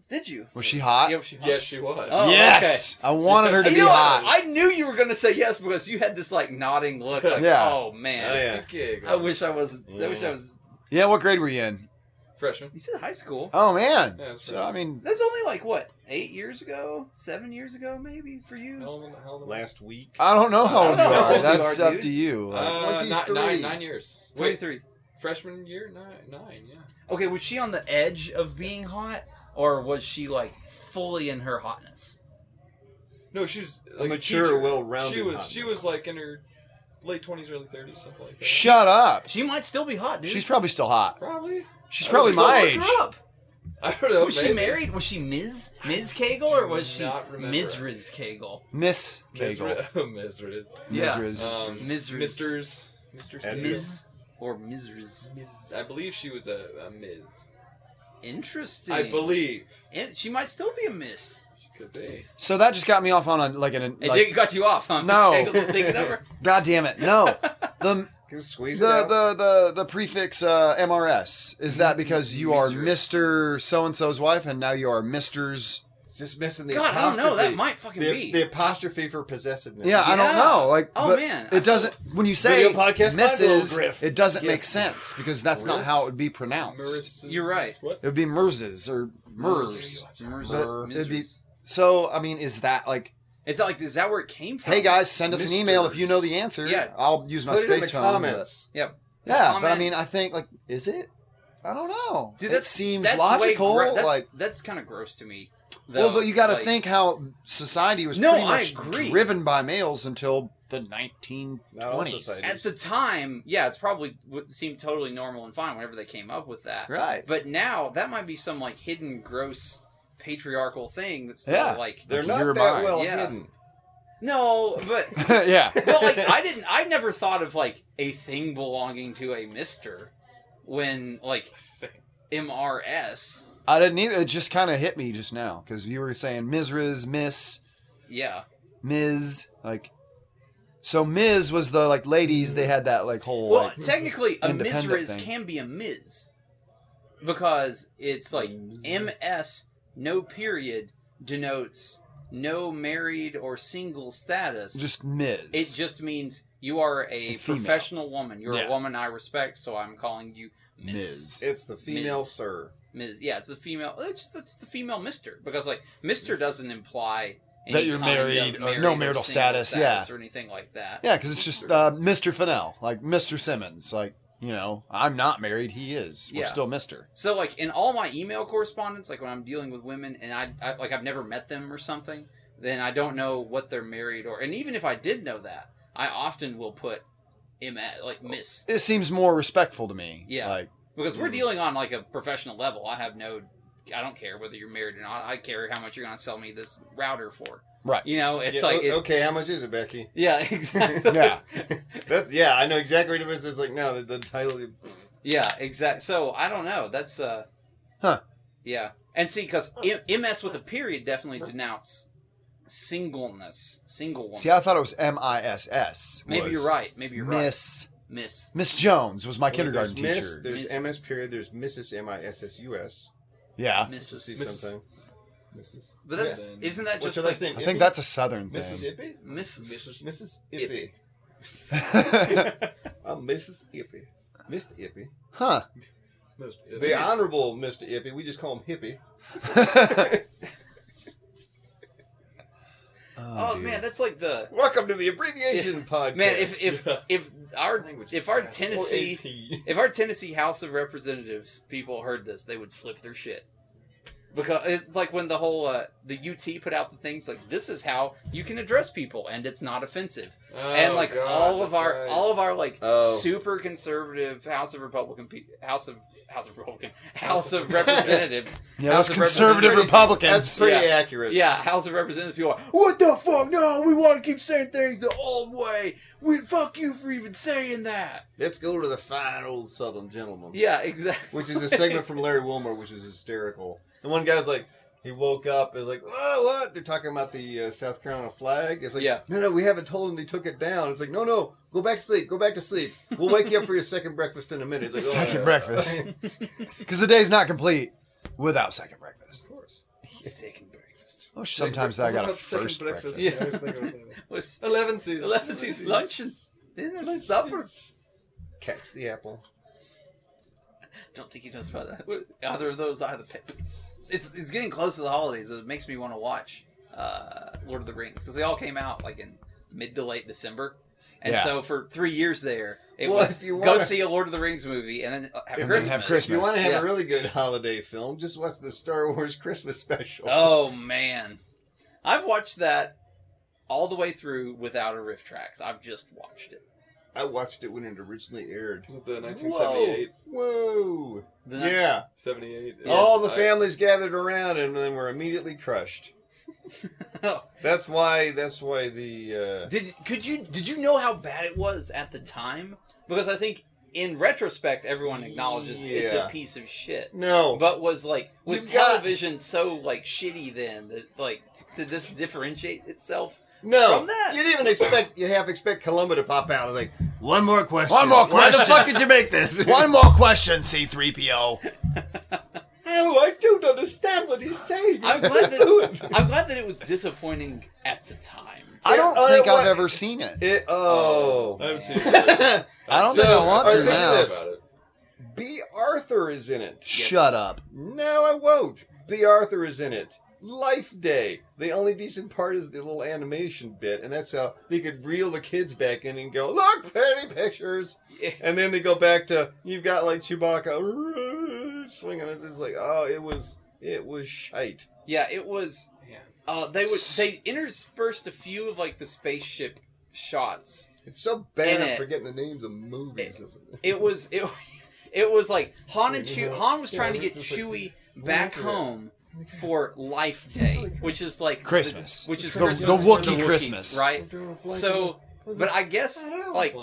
[SPEAKER 2] Did you?
[SPEAKER 4] Was she hot?
[SPEAKER 2] Yeah, was she hot?
[SPEAKER 3] Yes, she was.
[SPEAKER 2] Oh,
[SPEAKER 4] yes. I wanted her to
[SPEAKER 2] You
[SPEAKER 4] be
[SPEAKER 2] know what?
[SPEAKER 4] hot.
[SPEAKER 2] I knew you were going to say yes because you had this like nodding look. Like,
[SPEAKER 4] Yeah.
[SPEAKER 2] Oh man.
[SPEAKER 1] Oh, yeah.
[SPEAKER 3] Christy Cagle.
[SPEAKER 2] I wish I was. I wish I
[SPEAKER 1] Yeah.
[SPEAKER 2] was.
[SPEAKER 4] Yeah, what grade were you in?
[SPEAKER 3] Freshman.
[SPEAKER 2] You said high school.
[SPEAKER 4] Oh man.
[SPEAKER 3] Yeah, that's
[SPEAKER 4] so
[SPEAKER 3] right.
[SPEAKER 4] I mean,
[SPEAKER 2] That's only like what eight years ago, seven years ago, maybe for you.
[SPEAKER 3] Hell, hell, hell.
[SPEAKER 1] Last week.
[SPEAKER 4] I don't know how
[SPEAKER 2] I
[SPEAKER 4] old
[SPEAKER 2] don't
[SPEAKER 4] you
[SPEAKER 2] know how
[SPEAKER 4] are.
[SPEAKER 2] old you
[SPEAKER 4] That's
[SPEAKER 2] are,
[SPEAKER 4] up
[SPEAKER 2] dude.
[SPEAKER 4] to you.
[SPEAKER 3] Uh, ni-
[SPEAKER 1] 23.
[SPEAKER 3] nine, nine years. Wait,
[SPEAKER 2] Twenty-three.
[SPEAKER 3] freshman year? Nine, nine yeah.
[SPEAKER 2] Okay, was she on the edge of being hot, or was she like fully in her hotness?
[SPEAKER 3] No, she was
[SPEAKER 1] A
[SPEAKER 3] like,
[SPEAKER 1] mature,
[SPEAKER 3] teacher.
[SPEAKER 1] well-rounded.
[SPEAKER 3] She was
[SPEAKER 1] hotness.
[SPEAKER 3] she was like in her late twenties, early thirties, something like that.
[SPEAKER 4] Shut up.
[SPEAKER 2] She might still be hot, dude.
[SPEAKER 4] She's probably still hot.
[SPEAKER 3] Probably.
[SPEAKER 4] She's probably
[SPEAKER 2] Go
[SPEAKER 4] my
[SPEAKER 2] look
[SPEAKER 4] age.
[SPEAKER 2] her up.
[SPEAKER 3] I don't know.
[SPEAKER 2] was she
[SPEAKER 3] maybe.
[SPEAKER 2] married? Was she Ms. Ms. Cagle, or
[SPEAKER 3] Do
[SPEAKER 2] was she
[SPEAKER 3] not remember.
[SPEAKER 2] Mrs. Cagle?
[SPEAKER 4] Miss
[SPEAKER 3] Miss
[SPEAKER 4] Kegel.
[SPEAKER 3] Ri- Miss Riz.
[SPEAKER 2] Yeah.
[SPEAKER 4] Mrs.
[SPEAKER 3] Um,
[SPEAKER 2] Miss Riz.
[SPEAKER 3] Misters. Mr.
[SPEAKER 1] And
[SPEAKER 2] Ms. Or Mrs.
[SPEAKER 3] I believe she was a, a Ms.
[SPEAKER 2] Interesting.
[SPEAKER 3] I believe
[SPEAKER 2] And she might still be a Miss.
[SPEAKER 3] she could be.
[SPEAKER 4] So that just got me off on a, like an
[SPEAKER 2] It
[SPEAKER 4] like,
[SPEAKER 2] did got you off, huh?
[SPEAKER 4] No.
[SPEAKER 2] Miss Cagle just thinking of her?
[SPEAKER 4] God damn it. No. The
[SPEAKER 1] Go squeeze it
[SPEAKER 4] the
[SPEAKER 1] out.
[SPEAKER 4] the the, the prefix uh, MRS is
[SPEAKER 2] Mm-hmm.
[SPEAKER 4] that because you are
[SPEAKER 3] Miss
[SPEAKER 4] Mister So and So's wife and now you are Mister's?
[SPEAKER 1] It's just missing the
[SPEAKER 2] God, I don't
[SPEAKER 1] apostrophe.
[SPEAKER 2] know. That might fucking
[SPEAKER 1] the,
[SPEAKER 2] be.
[SPEAKER 1] the apostrophe for possessiveness.
[SPEAKER 4] Yeah, I don't
[SPEAKER 2] Yeah.
[SPEAKER 4] know. Like,
[SPEAKER 2] Oh,
[SPEAKER 4] but
[SPEAKER 2] man.
[SPEAKER 4] it doesn't. When you say
[SPEAKER 1] Video podcast Bible
[SPEAKER 4] Mrs.,
[SPEAKER 1] griff.
[SPEAKER 4] it doesn't
[SPEAKER 1] Gift.
[SPEAKER 4] make sense because that's not
[SPEAKER 1] Griff?
[SPEAKER 4] how it would be pronounced.
[SPEAKER 3] Marissa's-
[SPEAKER 2] You're right.
[SPEAKER 3] What?
[SPEAKER 4] It would be Merzes or Mers.
[SPEAKER 2] Mrs.
[SPEAKER 4] But it'd be-
[SPEAKER 2] Mrs.
[SPEAKER 4] So I mean, is that like,
[SPEAKER 2] Is that like is that where it came from?
[SPEAKER 4] hey guys, send us an email if you know
[SPEAKER 1] Misters.
[SPEAKER 4] the answer?
[SPEAKER 2] Yeah.
[SPEAKER 4] I'll use my
[SPEAKER 1] Put it
[SPEAKER 4] space
[SPEAKER 1] in the
[SPEAKER 4] phone.
[SPEAKER 1] comments.
[SPEAKER 4] Yeah, but I mean,
[SPEAKER 2] Comments.
[SPEAKER 4] I think like, is it? I don't know.
[SPEAKER 2] Dude,
[SPEAKER 4] that
[SPEAKER 2] that's-
[SPEAKER 4] seems
[SPEAKER 2] that's way
[SPEAKER 4] logical.
[SPEAKER 2] gro- that's,
[SPEAKER 4] like,
[SPEAKER 2] that's kind of gross to me.
[SPEAKER 4] well,
[SPEAKER 2] though,
[SPEAKER 4] but you got to
[SPEAKER 2] like-
[SPEAKER 4] think how society was
[SPEAKER 2] No,
[SPEAKER 4] pretty
[SPEAKER 2] I
[SPEAKER 4] much
[SPEAKER 2] agree.
[SPEAKER 4] driven by males until the 1920s.
[SPEAKER 1] Not all society.
[SPEAKER 2] at the time. Yeah, it's probably would seem totally normal and fine whenever they came up with that.
[SPEAKER 4] Right.
[SPEAKER 2] But now that might be some like hidden gross patriarchal thing that's still,
[SPEAKER 4] Yeah.
[SPEAKER 2] like
[SPEAKER 1] They're
[SPEAKER 4] Like,
[SPEAKER 1] not
[SPEAKER 4] you're
[SPEAKER 1] that
[SPEAKER 4] mine.
[SPEAKER 1] well
[SPEAKER 2] Yeah.
[SPEAKER 1] hidden.
[SPEAKER 2] no, but
[SPEAKER 4] yeah.
[SPEAKER 2] well, like I didn't. I never thought of like a thing belonging to a Mister when like MRS.
[SPEAKER 4] I didn't either. It just kind of hit me just now because you were saying Mrs. Miss,
[SPEAKER 2] Yeah,
[SPEAKER 4] Ms. Like, so Ms. was the like ladies. They had that like whole
[SPEAKER 2] well,
[SPEAKER 4] like,
[SPEAKER 2] technically a
[SPEAKER 4] independent
[SPEAKER 2] Mrs.
[SPEAKER 4] thing.
[SPEAKER 2] can be a Ms. because it's like MS no period denotes no married or single status.
[SPEAKER 4] just Ms.
[SPEAKER 2] It just means you are a
[SPEAKER 4] A female.
[SPEAKER 2] professional woman. You're
[SPEAKER 4] Yeah.
[SPEAKER 2] a woman I respect, so I'm calling you Miss.
[SPEAKER 4] Ms.
[SPEAKER 1] It's the female
[SPEAKER 2] Ms.
[SPEAKER 1] sir.
[SPEAKER 2] Ms. Yeah, it's the female. It's just it's the female Mister because like Mister doesn't imply any
[SPEAKER 4] That you're
[SPEAKER 2] kind of
[SPEAKER 4] married or no
[SPEAKER 2] married
[SPEAKER 4] marital
[SPEAKER 2] single
[SPEAKER 4] status, yeah.
[SPEAKER 2] or anything like that.
[SPEAKER 4] Yeah, because it's just uh, Mr. Fennell, like Mr. Simmons, like you know, I'm not married. He is. We're
[SPEAKER 2] Yeah.
[SPEAKER 4] still Mister.
[SPEAKER 2] So like in all my email correspondence, like when I'm dealing with women and I, I like I've never met them or something, then I don't know what they're married or. And even if I did know that, I often will put M like Miss
[SPEAKER 4] It seems more respectful to me.
[SPEAKER 2] Yeah.
[SPEAKER 4] Like
[SPEAKER 2] because
[SPEAKER 4] Mm.
[SPEAKER 2] we're dealing on like a professional level. I have no, I don't care whether you're married or not. I care how much you're gonna sell me this router for.
[SPEAKER 4] Right.
[SPEAKER 2] You know, it's
[SPEAKER 1] Yeah,
[SPEAKER 2] like
[SPEAKER 1] o-
[SPEAKER 2] it,
[SPEAKER 1] okay, how much is it, Becky?
[SPEAKER 2] yeah, exactly.
[SPEAKER 4] Yeah.
[SPEAKER 1] That's yeah, I know exactly what it was. It's like no, the, the title.
[SPEAKER 2] yeah, exact. So I don't know. That's uh,
[SPEAKER 4] Huh.
[SPEAKER 2] Yeah, and see, because MS with a period definitely denounce singleness, single woman.
[SPEAKER 4] See, I thought it was M I S S.
[SPEAKER 2] Maybe you're right. Maybe you're
[SPEAKER 4] Miss
[SPEAKER 2] right. Miss.
[SPEAKER 4] Miss Jones was my kindergarten
[SPEAKER 1] there's
[SPEAKER 4] teacher.
[SPEAKER 1] Miss, there's
[SPEAKER 2] Miss-
[SPEAKER 1] MS period. There's Mrs. M I S S U S.
[SPEAKER 4] yeah,
[SPEAKER 1] To see
[SPEAKER 2] Mrs.
[SPEAKER 3] Mrs.
[SPEAKER 1] something.
[SPEAKER 5] Mrs.
[SPEAKER 2] But that's
[SPEAKER 3] Yeah.
[SPEAKER 2] isn't that
[SPEAKER 1] What's
[SPEAKER 2] just
[SPEAKER 1] her
[SPEAKER 2] like
[SPEAKER 1] last name?
[SPEAKER 4] I think that's a Southern thing.
[SPEAKER 1] Mrs. Ippy.
[SPEAKER 2] Mrs.
[SPEAKER 1] Mrs. Ippy. I'm Mrs. Ippy. Mr. Ippy.
[SPEAKER 4] huh? Oh,
[SPEAKER 3] Most,
[SPEAKER 1] The honorable Mr. Ippy. We just call him Hippie.
[SPEAKER 2] Oh man, that's like the
[SPEAKER 1] Welcome to the abbreviation podcast.
[SPEAKER 2] man. If if if our
[SPEAKER 3] Language is
[SPEAKER 2] if our
[SPEAKER 3] fast. Or
[SPEAKER 2] Tennessee
[SPEAKER 1] AP.
[SPEAKER 2] If our Tennessee House of Representatives people heard this, they would flip their shit. Because it's like when the whole uh, the UT put out the things like this is how you can address people and it's not offensive.
[SPEAKER 3] Oh,
[SPEAKER 2] and like all of our all of our like
[SPEAKER 1] Oh.
[SPEAKER 2] super conservative House of Republican pe- House of House of Republican House of Representatives.
[SPEAKER 4] yeah, those
[SPEAKER 2] House of
[SPEAKER 4] conservative
[SPEAKER 2] Representatives.
[SPEAKER 1] That's
[SPEAKER 4] Republicans.
[SPEAKER 1] pretty
[SPEAKER 2] Yeah.
[SPEAKER 1] accurate.
[SPEAKER 2] yeah, House of Representatives people are what the fuck? No, we want to keep saying things the old way. We fuck you for even saying that.
[SPEAKER 1] Let's go to the fine old Southern gentleman.
[SPEAKER 2] Yeah, exactly.
[SPEAKER 1] Which is a segment from Larry Wilmer, which is hysterical. And one guy's like, he woke up is like, oh, what? They're talking about the uh, South Carolina flag. It's like,
[SPEAKER 2] Yeah.
[SPEAKER 1] no, no, we haven't told them they took it down. It's like, no, no, go back to sleep, go back to sleep. We'll wake you up for your second breakfast in a minute. It's like,
[SPEAKER 4] Second
[SPEAKER 1] uh,
[SPEAKER 4] breakfast. Because the day's not complete without second breakfast.
[SPEAKER 3] Of course.
[SPEAKER 2] Second breakfast.
[SPEAKER 4] Oh, sometimes I
[SPEAKER 3] What
[SPEAKER 4] got a
[SPEAKER 3] about second
[SPEAKER 4] first breakfast.
[SPEAKER 2] Yeah.
[SPEAKER 3] I was thinking about that.
[SPEAKER 2] What's
[SPEAKER 3] Eleven seas.
[SPEAKER 2] Eleven seas lunch and- Isn't it supper?
[SPEAKER 1] Catch the apple.
[SPEAKER 2] Don't think he knows about that. What- Either of those, either pick. It's, it's it's getting close to the holidays. so It makes me want to watch uh, Lord of the Rings because they all came out like in mid to late December, and
[SPEAKER 4] Yeah.
[SPEAKER 2] so for three years there, it
[SPEAKER 1] Well,
[SPEAKER 2] was
[SPEAKER 1] if you
[SPEAKER 2] go
[SPEAKER 1] wanna-
[SPEAKER 2] see a Lord of the Rings movie and then uh, have
[SPEAKER 4] And then
[SPEAKER 2] Christmas.
[SPEAKER 4] have
[SPEAKER 1] If you want to have
[SPEAKER 2] Yeah.
[SPEAKER 1] a really good holiday film, just watch the Star Wars Christmas special.
[SPEAKER 2] Oh man, I've watched that all the way through without a riff tracks. I've just watched it.
[SPEAKER 1] I watched it when it originally aired.
[SPEAKER 3] Was it the 1978?
[SPEAKER 1] Whoa.
[SPEAKER 2] The-
[SPEAKER 1] Yeah.
[SPEAKER 3] 78.
[SPEAKER 1] All the
[SPEAKER 3] I-
[SPEAKER 1] families gathered around and then were immediately crushed.
[SPEAKER 2] Oh,
[SPEAKER 1] That's why. That's why the. Uh,
[SPEAKER 2] Did could you did you know how bad it was at the time? Because I think in retrospect, everyone acknowledges it's a
[SPEAKER 1] Yeah.
[SPEAKER 2] piece of shit.
[SPEAKER 1] no,
[SPEAKER 2] But was like was
[SPEAKER 1] You've got-
[SPEAKER 2] television so like shitty then that like did this differentiate itself?
[SPEAKER 1] no.
[SPEAKER 2] from that-
[SPEAKER 1] You didn't even expect. You half expect Columba to pop out. I was like, one more question.
[SPEAKER 4] One more
[SPEAKER 1] Why
[SPEAKER 4] question.
[SPEAKER 1] the fuck did you make this?
[SPEAKER 4] One more question, C3PO.
[SPEAKER 1] Oh, I don't understand what he's saying.
[SPEAKER 2] I'm glad that I'm glad that it was disappointing at the time.
[SPEAKER 4] I don't
[SPEAKER 1] Uh,
[SPEAKER 4] think
[SPEAKER 1] what-
[SPEAKER 4] I've ever seen it.
[SPEAKER 1] It, oh.
[SPEAKER 3] I haven't seen it.
[SPEAKER 4] I don't
[SPEAKER 1] So,
[SPEAKER 4] think I want
[SPEAKER 1] are
[SPEAKER 4] to
[SPEAKER 1] you
[SPEAKER 4] now.
[SPEAKER 1] serious?
[SPEAKER 3] About it.
[SPEAKER 1] B. Arthur is in it.
[SPEAKER 4] Shut up.
[SPEAKER 1] No, I won't. B. Arthur is in it. Life Day. The only decent part is the little animation bit, and that's how they could reel the kids back in and go, look, pretty pictures.
[SPEAKER 2] Yeah.
[SPEAKER 1] And then they go back to you've got like Chewbacca swinging. It's just like, oh, it was it was shite.
[SPEAKER 2] Yeah, it was.
[SPEAKER 3] Man.
[SPEAKER 2] Uh, they would they interspersed a few of like the spaceship shots.
[SPEAKER 1] It's so
[SPEAKER 2] In
[SPEAKER 1] bad
[SPEAKER 2] it.
[SPEAKER 1] I'm forgetting the names of movies. isn't it?
[SPEAKER 2] It was it. It was like Han and
[SPEAKER 1] Yeah,
[SPEAKER 2] Chewie. Han was
[SPEAKER 1] yeah,
[SPEAKER 2] trying to
[SPEAKER 1] it
[SPEAKER 2] get
[SPEAKER 1] was just
[SPEAKER 2] Chewie
[SPEAKER 1] like-
[SPEAKER 2] back
[SPEAKER 1] look at it.
[SPEAKER 2] home for Life Day, which is like the-
[SPEAKER 4] Christmas.
[SPEAKER 2] which is
[SPEAKER 4] The-
[SPEAKER 2] Christmas
[SPEAKER 4] the
[SPEAKER 2] for
[SPEAKER 4] Wookiee
[SPEAKER 2] Wookiees,
[SPEAKER 4] Christmas.
[SPEAKER 1] I'm
[SPEAKER 2] right?
[SPEAKER 1] doing a blank
[SPEAKER 2] So,
[SPEAKER 1] on-
[SPEAKER 2] but I guess like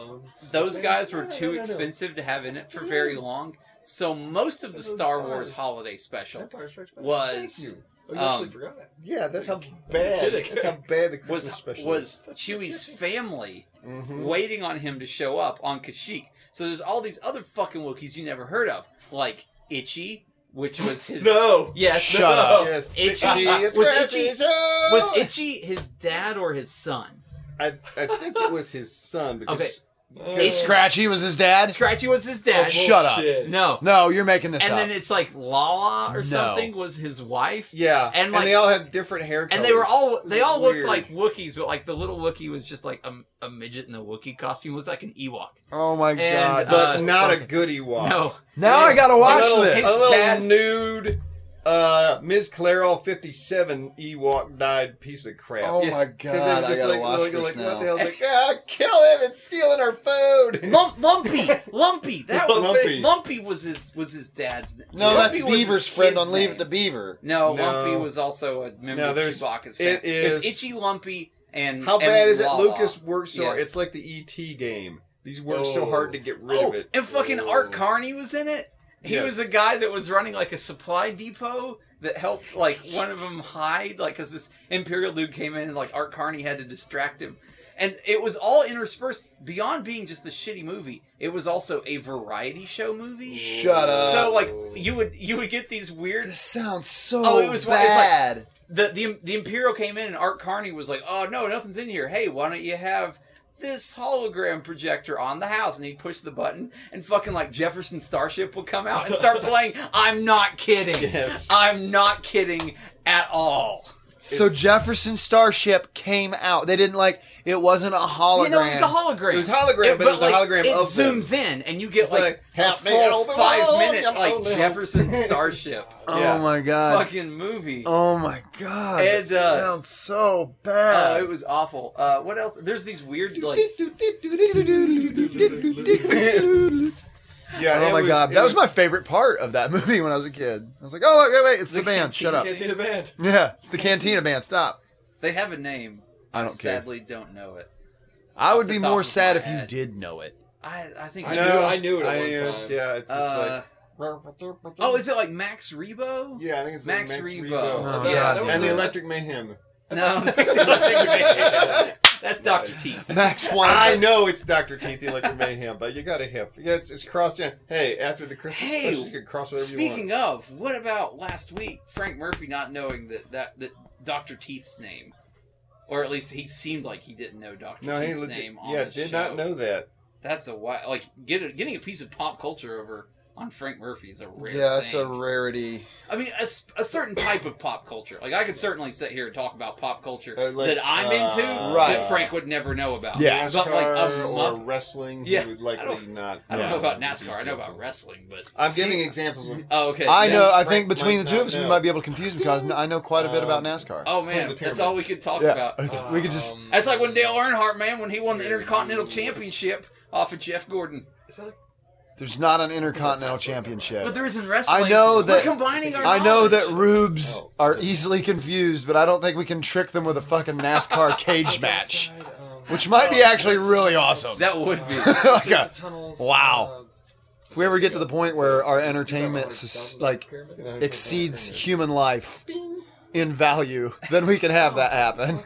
[SPEAKER 2] those guys were too expensive to have in it for very long. So most of the
[SPEAKER 1] Those are
[SPEAKER 2] Star
[SPEAKER 1] fine.
[SPEAKER 2] Wars holiday special
[SPEAKER 3] Empire Strikes Back.
[SPEAKER 2] was
[SPEAKER 3] Thank you. Oh, you actually
[SPEAKER 2] um,
[SPEAKER 3] forgot it.
[SPEAKER 1] yeah, that's how bad.
[SPEAKER 3] kidding.
[SPEAKER 1] That's how bad the Christmas
[SPEAKER 2] was
[SPEAKER 1] special
[SPEAKER 2] was Chewie's family
[SPEAKER 1] Mhm.
[SPEAKER 2] waiting on him to show up on Kashyyyk. So there's all these other fucking Wookiees you never heard of, like Itchy, which was his
[SPEAKER 3] No.
[SPEAKER 2] yes,
[SPEAKER 4] Shut
[SPEAKER 2] no.
[SPEAKER 4] up.
[SPEAKER 1] Yes,
[SPEAKER 2] Itchy.
[SPEAKER 1] It's
[SPEAKER 2] Was
[SPEAKER 1] Christmas.
[SPEAKER 2] Itchy-
[SPEAKER 1] Oh!
[SPEAKER 2] Was Itchy his dad or his son?
[SPEAKER 1] I, I think it was his son because
[SPEAKER 2] Okay.
[SPEAKER 3] Oh.
[SPEAKER 1] Hey,
[SPEAKER 4] Scratchy was his dad.
[SPEAKER 2] Scratchy was his dad.
[SPEAKER 4] Shut up.
[SPEAKER 3] Bullshit.
[SPEAKER 2] No.
[SPEAKER 4] No, you're making this
[SPEAKER 2] And
[SPEAKER 4] up.
[SPEAKER 2] then it's like Lala or
[SPEAKER 4] No.
[SPEAKER 2] something was his wife.
[SPEAKER 1] yeah,
[SPEAKER 2] And, like-
[SPEAKER 1] they all had different hair.
[SPEAKER 2] And they were
[SPEAKER 1] colors.
[SPEAKER 2] all
[SPEAKER 1] It was
[SPEAKER 2] they all looked
[SPEAKER 1] weird.
[SPEAKER 2] like Wookiees, but like the little Wookiee was just like a, a midget in the Wookiee costume, looked like an Ewok.
[SPEAKER 4] oh my god.
[SPEAKER 2] uh,
[SPEAKER 1] but not a
[SPEAKER 2] fucking-
[SPEAKER 1] goody walk.
[SPEAKER 2] No.
[SPEAKER 4] now I gotta watch
[SPEAKER 1] a little,
[SPEAKER 4] this.
[SPEAKER 1] A little
[SPEAKER 2] Sad-
[SPEAKER 1] nude, uh, Ms. Clairol, fifty-seven, Ewok died piece of crap.
[SPEAKER 4] Oh
[SPEAKER 2] Yeah.
[SPEAKER 4] my
[SPEAKER 1] 'Cause it was
[SPEAKER 4] god, I
[SPEAKER 1] just
[SPEAKER 4] gotta
[SPEAKER 1] like,
[SPEAKER 4] watch
[SPEAKER 1] like,
[SPEAKER 4] this
[SPEAKER 1] like, What the
[SPEAKER 4] now.
[SPEAKER 1] hell? Like, ah, kill it! It's stealing our food.
[SPEAKER 2] Lump, lumpy, lumpy. That was lumpy.
[SPEAKER 1] Lumpy.
[SPEAKER 2] was his was his dad's. name.
[SPEAKER 4] No, that's
[SPEAKER 2] Lumpy was his
[SPEAKER 4] Beaver's friend
[SPEAKER 2] kid's
[SPEAKER 4] on Leave
[SPEAKER 2] name.
[SPEAKER 4] It to Beaver.
[SPEAKER 2] No,
[SPEAKER 1] No.
[SPEAKER 2] Lumpy was also a member
[SPEAKER 1] No,
[SPEAKER 2] of
[SPEAKER 1] there's-
[SPEAKER 2] Chewbacca's family.
[SPEAKER 1] it
[SPEAKER 2] It's
[SPEAKER 1] is-
[SPEAKER 2] Itchy, Lumpy, and
[SPEAKER 1] How
[SPEAKER 2] and
[SPEAKER 1] bad is it?
[SPEAKER 2] Lala.
[SPEAKER 1] Lucas worked so
[SPEAKER 2] Yeah.
[SPEAKER 1] hard. It's like the ET game. These worked so
[SPEAKER 3] Oh.
[SPEAKER 1] hard to get rid
[SPEAKER 2] Oh,
[SPEAKER 1] of it.
[SPEAKER 2] and fucking
[SPEAKER 3] Oh.
[SPEAKER 2] Art Carney was in it. He
[SPEAKER 1] Yes.
[SPEAKER 2] was a guy that was running like a supply depot that helped like one of them hide, like because this Imperial dude came in and like Art Carney had to distract him. And it was all interspersed beyond being just the shitty movie. It was also a variety show movie.
[SPEAKER 4] Shut up.
[SPEAKER 2] so like you would you would get these weird
[SPEAKER 4] This sounds so
[SPEAKER 2] Oh, it was- it's like-
[SPEAKER 4] bad.
[SPEAKER 2] the the the Imperial came in and Art Carney was like, "Oh no, nothing's in here. Hey, why don't you have this hologram projector on the house?" And he'd push the button, and fucking like Jefferson Starship would come out and start playing. I'm not kidding.
[SPEAKER 1] Yes.
[SPEAKER 2] I'm not kidding at all.
[SPEAKER 4] so
[SPEAKER 1] It's-
[SPEAKER 4] Jefferson Starship came out. They didn't like it wasn't a hologram.
[SPEAKER 2] You know, it was a hologram.
[SPEAKER 1] It was hologram, but, it was
[SPEAKER 2] like,
[SPEAKER 1] a hologram
[SPEAKER 2] it
[SPEAKER 1] of them.
[SPEAKER 2] zooms in, and you get
[SPEAKER 1] It's
[SPEAKER 2] like,
[SPEAKER 1] like,
[SPEAKER 2] a
[SPEAKER 1] half man,
[SPEAKER 2] full
[SPEAKER 1] open
[SPEAKER 2] five
[SPEAKER 1] world,
[SPEAKER 2] minute
[SPEAKER 1] yum,
[SPEAKER 2] like
[SPEAKER 1] oh, no.
[SPEAKER 2] Jefferson Starship
[SPEAKER 4] Oh
[SPEAKER 1] Yeah.
[SPEAKER 4] my
[SPEAKER 1] Uh,
[SPEAKER 4] god.
[SPEAKER 2] fucking movie.
[SPEAKER 4] Oh my god. It
[SPEAKER 2] And, uh,
[SPEAKER 4] sounds so
[SPEAKER 2] Oh,
[SPEAKER 4] bad.
[SPEAKER 2] it was awful. Uh, what else? There's these weird like
[SPEAKER 1] Yeah.
[SPEAKER 4] oh
[SPEAKER 1] it
[SPEAKER 4] my
[SPEAKER 1] was-
[SPEAKER 4] god.
[SPEAKER 1] it
[SPEAKER 4] That was, my favorite part of that movie when I was a kid. I was like, oh look, wait, wait, it's the,
[SPEAKER 2] The
[SPEAKER 4] band. Shut up.
[SPEAKER 2] canteen.
[SPEAKER 3] Can't see the band.
[SPEAKER 4] Yeah, it's the Cantina band. Stop.
[SPEAKER 2] they have a name.
[SPEAKER 4] I don't care.
[SPEAKER 2] sadly don't know it.
[SPEAKER 4] I would
[SPEAKER 2] the
[SPEAKER 4] be
[SPEAKER 2] top
[SPEAKER 4] more
[SPEAKER 2] of
[SPEAKER 4] sad
[SPEAKER 2] my
[SPEAKER 4] if you
[SPEAKER 2] head.
[SPEAKER 4] did know it.
[SPEAKER 2] I I think
[SPEAKER 3] I
[SPEAKER 2] know.
[SPEAKER 3] knew- I knew it at one
[SPEAKER 1] it's-
[SPEAKER 3] time.
[SPEAKER 1] Yeah, it's just
[SPEAKER 2] Uh,
[SPEAKER 1] like.
[SPEAKER 2] oh, is it like Max Rebo?
[SPEAKER 1] Yeah, I think it's
[SPEAKER 2] Max
[SPEAKER 1] like Max
[SPEAKER 2] Rebo.
[SPEAKER 1] Rebo.
[SPEAKER 4] Oh,
[SPEAKER 2] Yeah,
[SPEAKER 4] God.
[SPEAKER 3] that was
[SPEAKER 1] And the
[SPEAKER 3] a-
[SPEAKER 1] Electric Mayhem.
[SPEAKER 2] No, Max Rebo. that's Doctor T.
[SPEAKER 4] Max
[SPEAKER 1] I
[SPEAKER 4] Weiner.
[SPEAKER 1] know it's Doctor Teeth, the Electric Mayhem, but you gotta have. Yeah, it's, it's cross gen. Hey, after the Christmas
[SPEAKER 2] Hey,
[SPEAKER 1] special, you can cross whatever you
[SPEAKER 2] Speaking of, what about last week? Frank Murphy not knowing that that, that Doctor Teeth's name, or at least he seemed like he didn't know
[SPEAKER 1] want.
[SPEAKER 2] Doctor
[SPEAKER 1] No, he
[SPEAKER 2] Teeth's
[SPEAKER 1] legit.
[SPEAKER 2] name. On
[SPEAKER 1] Yeah,
[SPEAKER 2] the
[SPEAKER 1] did
[SPEAKER 2] show.
[SPEAKER 1] not know that.
[SPEAKER 2] That's a why. Like get a, getting a piece of pop culture over on Frank Murphy is a rare.
[SPEAKER 4] Yeah, it's a
[SPEAKER 2] thing.
[SPEAKER 4] rarity.
[SPEAKER 2] I mean, a, s- a certain type of pop culture. Like, I could certainly sit here and talk about pop culture
[SPEAKER 1] Uh, like,
[SPEAKER 2] that I'm into
[SPEAKER 1] uh,
[SPEAKER 4] Right.
[SPEAKER 2] that Frank would never know about.
[SPEAKER 4] Yeah.
[SPEAKER 2] but like a
[SPEAKER 1] NASCAR or
[SPEAKER 2] month.
[SPEAKER 1] wrestling,
[SPEAKER 2] Yeah,
[SPEAKER 1] he would
[SPEAKER 2] I
[SPEAKER 1] likely
[SPEAKER 2] don't-
[SPEAKER 1] not.
[SPEAKER 2] I don't know about
[SPEAKER 1] the
[SPEAKER 2] NASCAR. I know
[SPEAKER 1] details
[SPEAKER 2] about
[SPEAKER 1] of-
[SPEAKER 2] wrestling, but
[SPEAKER 1] I'm
[SPEAKER 4] See-
[SPEAKER 1] giving examples of.
[SPEAKER 2] oh, okay.
[SPEAKER 4] I
[SPEAKER 1] Yeah,
[SPEAKER 4] know. I
[SPEAKER 1] Frank
[SPEAKER 4] think between the
[SPEAKER 1] might
[SPEAKER 4] two of
[SPEAKER 1] not
[SPEAKER 4] us, we
[SPEAKER 1] know.
[SPEAKER 4] might be able to confuse them because I know quite a bit about
[SPEAKER 1] Um,
[SPEAKER 4] NASCAR.
[SPEAKER 1] Clear
[SPEAKER 2] oh
[SPEAKER 1] the
[SPEAKER 2] man, that's
[SPEAKER 1] pyramid.
[SPEAKER 2] all we could talk
[SPEAKER 4] yeah,
[SPEAKER 2] about.
[SPEAKER 4] it's- we could just.
[SPEAKER 3] Um,
[SPEAKER 2] That's like when Dale Earnhardt, man, when he won the
[SPEAKER 3] Sorry.
[SPEAKER 2] Intercontinental Championship off of Jeff Gordon.
[SPEAKER 3] Is that like
[SPEAKER 4] There's not an intercontinental championship.
[SPEAKER 2] But there is in wrestling.
[SPEAKER 4] I know
[SPEAKER 2] We're
[SPEAKER 4] that-
[SPEAKER 2] combining our
[SPEAKER 4] I know that
[SPEAKER 2] knowledge.
[SPEAKER 4] rubes
[SPEAKER 1] Oh.
[SPEAKER 4] are easily confused, but I don't think we can trick them with a fucking NASCAR cage
[SPEAKER 3] like
[SPEAKER 4] match,
[SPEAKER 3] outside, um,
[SPEAKER 4] which might
[SPEAKER 2] Oh,
[SPEAKER 4] be actually
[SPEAKER 3] that's-
[SPEAKER 4] really awesome.
[SPEAKER 2] that would be.
[SPEAKER 3] uh,
[SPEAKER 4] Like
[SPEAKER 3] there's
[SPEAKER 4] a-
[SPEAKER 3] the tunnels,
[SPEAKER 4] wow.
[SPEAKER 3] uh,
[SPEAKER 4] If we ever get to the point where our entertainment
[SPEAKER 3] You're talking about
[SPEAKER 4] sus-
[SPEAKER 3] Thousand
[SPEAKER 4] like
[SPEAKER 3] Pyramid?
[SPEAKER 1] You know,
[SPEAKER 4] exceeds human life in value, then we can have that happen.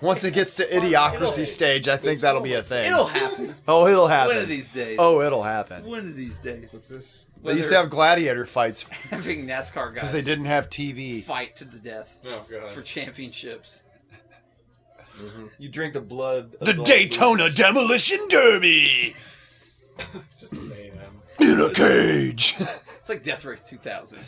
[SPEAKER 4] Once it gets to idiocracy stage, I think that'll be a thing.
[SPEAKER 2] It'll happen
[SPEAKER 4] Oh, it'll
[SPEAKER 2] one of
[SPEAKER 4] happen.
[SPEAKER 2] these days.
[SPEAKER 4] Oh, it'll happen.
[SPEAKER 2] one of these days.
[SPEAKER 1] What's this?
[SPEAKER 4] They used to
[SPEAKER 2] Whether
[SPEAKER 4] have gladiator fights
[SPEAKER 2] having NASCAR guys
[SPEAKER 4] because they didn't have TV.
[SPEAKER 2] fight to the death
[SPEAKER 3] Oh god.
[SPEAKER 2] for championships.
[SPEAKER 1] You drink the blood. of
[SPEAKER 4] The
[SPEAKER 1] all
[SPEAKER 4] Daytona
[SPEAKER 1] losers.
[SPEAKER 4] Demolition Derby
[SPEAKER 3] Just mayhem.
[SPEAKER 4] in a cage.
[SPEAKER 2] It's like Death Race 2000.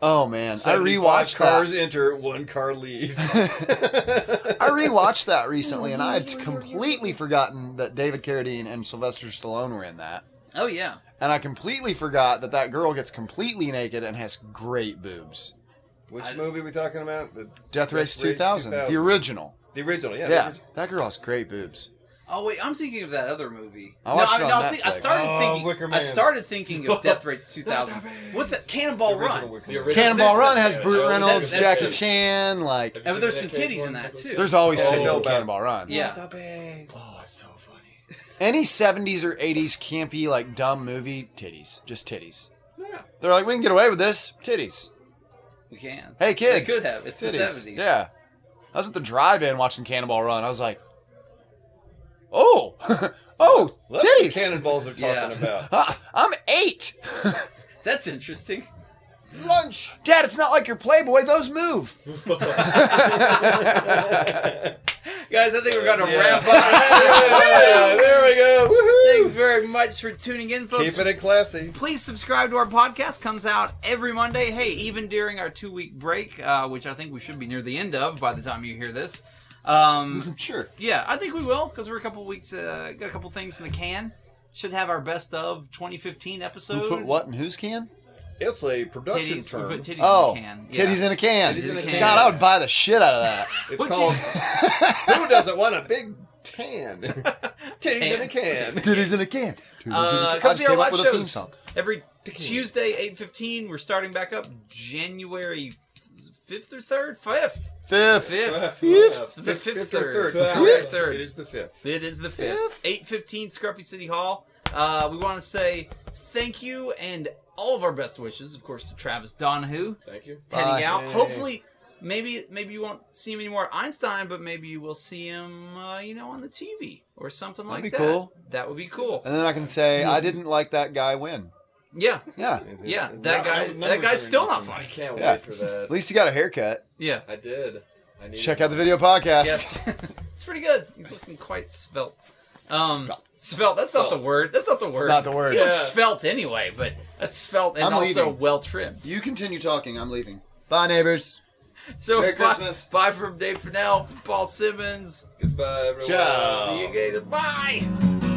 [SPEAKER 4] Oh man, I
[SPEAKER 1] 75
[SPEAKER 4] rewatched
[SPEAKER 1] cars
[SPEAKER 4] that.
[SPEAKER 1] enter, one car leaves.
[SPEAKER 4] I rewatched that recently, and I had completely forgotten that David Carradine and Sylvester Stallone were in that,
[SPEAKER 2] Oh yeah,
[SPEAKER 4] and I completely forgot that that girl gets completely naked and has great boobs.
[SPEAKER 1] Which
[SPEAKER 2] I-
[SPEAKER 1] movie are we talking about? The,
[SPEAKER 4] Death Race 2000, the original.
[SPEAKER 1] the original, yeah.
[SPEAKER 4] Yeah,
[SPEAKER 1] the original.
[SPEAKER 4] that girl has great boobs.
[SPEAKER 2] Oh wait, I'm thinking of that other movie.
[SPEAKER 4] I watched it on
[SPEAKER 2] I, I
[SPEAKER 4] Netflix.
[SPEAKER 2] started
[SPEAKER 1] Oh,
[SPEAKER 2] thinking.
[SPEAKER 1] Wicker
[SPEAKER 2] I
[SPEAKER 1] Man.
[SPEAKER 2] started thinking of Death Race 2000. What's that? Cannonball Run.
[SPEAKER 3] The
[SPEAKER 5] The
[SPEAKER 3] original.
[SPEAKER 4] Cannonball
[SPEAKER 2] there's
[SPEAKER 4] Run
[SPEAKER 2] some-
[SPEAKER 4] has Brute
[SPEAKER 3] yeah,
[SPEAKER 4] Reynolds,
[SPEAKER 2] that's-
[SPEAKER 4] Jackie
[SPEAKER 2] that's-
[SPEAKER 4] Chan. Like,
[SPEAKER 3] Have
[SPEAKER 2] Yeah,
[SPEAKER 3] you
[SPEAKER 2] but there's some
[SPEAKER 3] seen
[SPEAKER 2] titties
[SPEAKER 3] Cage
[SPEAKER 2] in that
[SPEAKER 3] Warrior?
[SPEAKER 2] too.
[SPEAKER 4] there's always
[SPEAKER 1] Oh,
[SPEAKER 4] titties in
[SPEAKER 1] okay.
[SPEAKER 4] Cannonball Run.
[SPEAKER 2] Yeah.
[SPEAKER 3] Oh, it's so funny.
[SPEAKER 4] Any 70s or 80s campy, like dumb movie, titties. Just titties.
[SPEAKER 3] Yeah.
[SPEAKER 4] They're like, we can get away with this. Titties.
[SPEAKER 2] we can.
[SPEAKER 4] Hey, kids.
[SPEAKER 2] They could have. It's the
[SPEAKER 4] Titties.
[SPEAKER 2] seventies.
[SPEAKER 4] Yeah. I was at the drive in watching Cannonball Run. I was like, oh, oh,
[SPEAKER 1] That's what
[SPEAKER 4] titties.
[SPEAKER 1] Cannonballs are talking
[SPEAKER 2] Yeah.
[SPEAKER 1] about.
[SPEAKER 4] Ah, I'm eight.
[SPEAKER 2] That's interesting.
[SPEAKER 1] Lunch!
[SPEAKER 4] Dad, it's not like your Playboy. Those move.
[SPEAKER 2] Guys, I think we're gonna
[SPEAKER 1] Yeah.
[SPEAKER 2] wrap up.
[SPEAKER 1] Yeah, there we go. Woohoo!
[SPEAKER 2] Thanks very much for tuning in, folks.
[SPEAKER 1] Keeping it classy.
[SPEAKER 2] Please subscribe to our podcast. Comes out every Monday. Hey, even during our two week break, uh, which I think we should be near the end of by the time you hear this. Um,
[SPEAKER 4] Sure.
[SPEAKER 2] yeah, I think we will because we're a couple weeks. Uh, got a couple things in the can. Should have our best of 2015 episode.
[SPEAKER 4] Who put what in whose can?
[SPEAKER 1] It's a production
[SPEAKER 2] Titties.
[SPEAKER 1] term.
[SPEAKER 2] We put titties
[SPEAKER 4] Oh,
[SPEAKER 2] in the can. Yeah.
[SPEAKER 4] titties in a can.
[SPEAKER 1] Titties
[SPEAKER 2] in a can.
[SPEAKER 4] God, I would buy the shit out of that.
[SPEAKER 1] It's
[SPEAKER 2] What's
[SPEAKER 1] called Who Doesn't Want a Big Tan? Titties in a can.
[SPEAKER 4] titties in a can. Titties in a
[SPEAKER 2] Uh,
[SPEAKER 4] can.
[SPEAKER 2] come
[SPEAKER 4] I just
[SPEAKER 2] see our
[SPEAKER 4] came up
[SPEAKER 2] live
[SPEAKER 4] with a theme
[SPEAKER 2] shows
[SPEAKER 4] song.
[SPEAKER 2] every Tuesday, eight fifteen. We're starting back up January fifth or third, fifth,
[SPEAKER 4] Fifth.
[SPEAKER 2] fifth,
[SPEAKER 4] Fifth.
[SPEAKER 2] the
[SPEAKER 1] Fifth
[SPEAKER 2] fifth,
[SPEAKER 1] or
[SPEAKER 2] third,
[SPEAKER 1] The
[SPEAKER 2] The fifth,
[SPEAKER 1] fifth.
[SPEAKER 2] third.
[SPEAKER 1] It is the fifth.
[SPEAKER 2] It is the
[SPEAKER 4] Fifth.
[SPEAKER 2] fifth. Eight fifteen, Scruffy City Hall. Uh, we want to say thank you and all of our best wishes, of course, to Travis Donahue
[SPEAKER 3] Thank you.
[SPEAKER 4] Bye.
[SPEAKER 2] heading out.
[SPEAKER 1] Yay.
[SPEAKER 2] Hopefully, maybe maybe you won't see him anymore at Einstein, but maybe you will see him, uh, you know, on the TV or something
[SPEAKER 4] That'd
[SPEAKER 2] like that.
[SPEAKER 4] be cool.
[SPEAKER 2] That would be cool.
[SPEAKER 4] And then I can say, I didn't like that guy win.
[SPEAKER 2] Yeah,
[SPEAKER 4] Yeah.
[SPEAKER 2] yeah. That guy, that guy's still not
[SPEAKER 3] I
[SPEAKER 2] funny.
[SPEAKER 3] can't
[SPEAKER 4] Yeah.
[SPEAKER 3] wait for
[SPEAKER 4] At
[SPEAKER 3] that.
[SPEAKER 4] least he got a haircut.
[SPEAKER 2] Yeah.
[SPEAKER 3] I did. I need
[SPEAKER 4] Check out the video podcast.
[SPEAKER 2] Yep. it's pretty good. He's looking quite svelte. Um,
[SPEAKER 4] Svelte.
[SPEAKER 2] svelte. That's not
[SPEAKER 3] Svelte.
[SPEAKER 2] the word. That's not the
[SPEAKER 4] It's
[SPEAKER 2] word.
[SPEAKER 4] not the word.
[SPEAKER 2] He
[SPEAKER 3] Yeah.
[SPEAKER 2] looks svelte anyway, but that's svelte and
[SPEAKER 4] I'm
[SPEAKER 2] also
[SPEAKER 4] leaving.
[SPEAKER 2] well trimmed.
[SPEAKER 4] You continue talking. I'm leaving. Bye, neighbors.
[SPEAKER 2] So
[SPEAKER 4] Merry
[SPEAKER 2] bye,
[SPEAKER 4] Christmas.
[SPEAKER 2] Bye from Dave Fennell, from Paul Simmons.
[SPEAKER 3] Goodbye, everyone.
[SPEAKER 1] Ciao.
[SPEAKER 2] See you guys. Bye.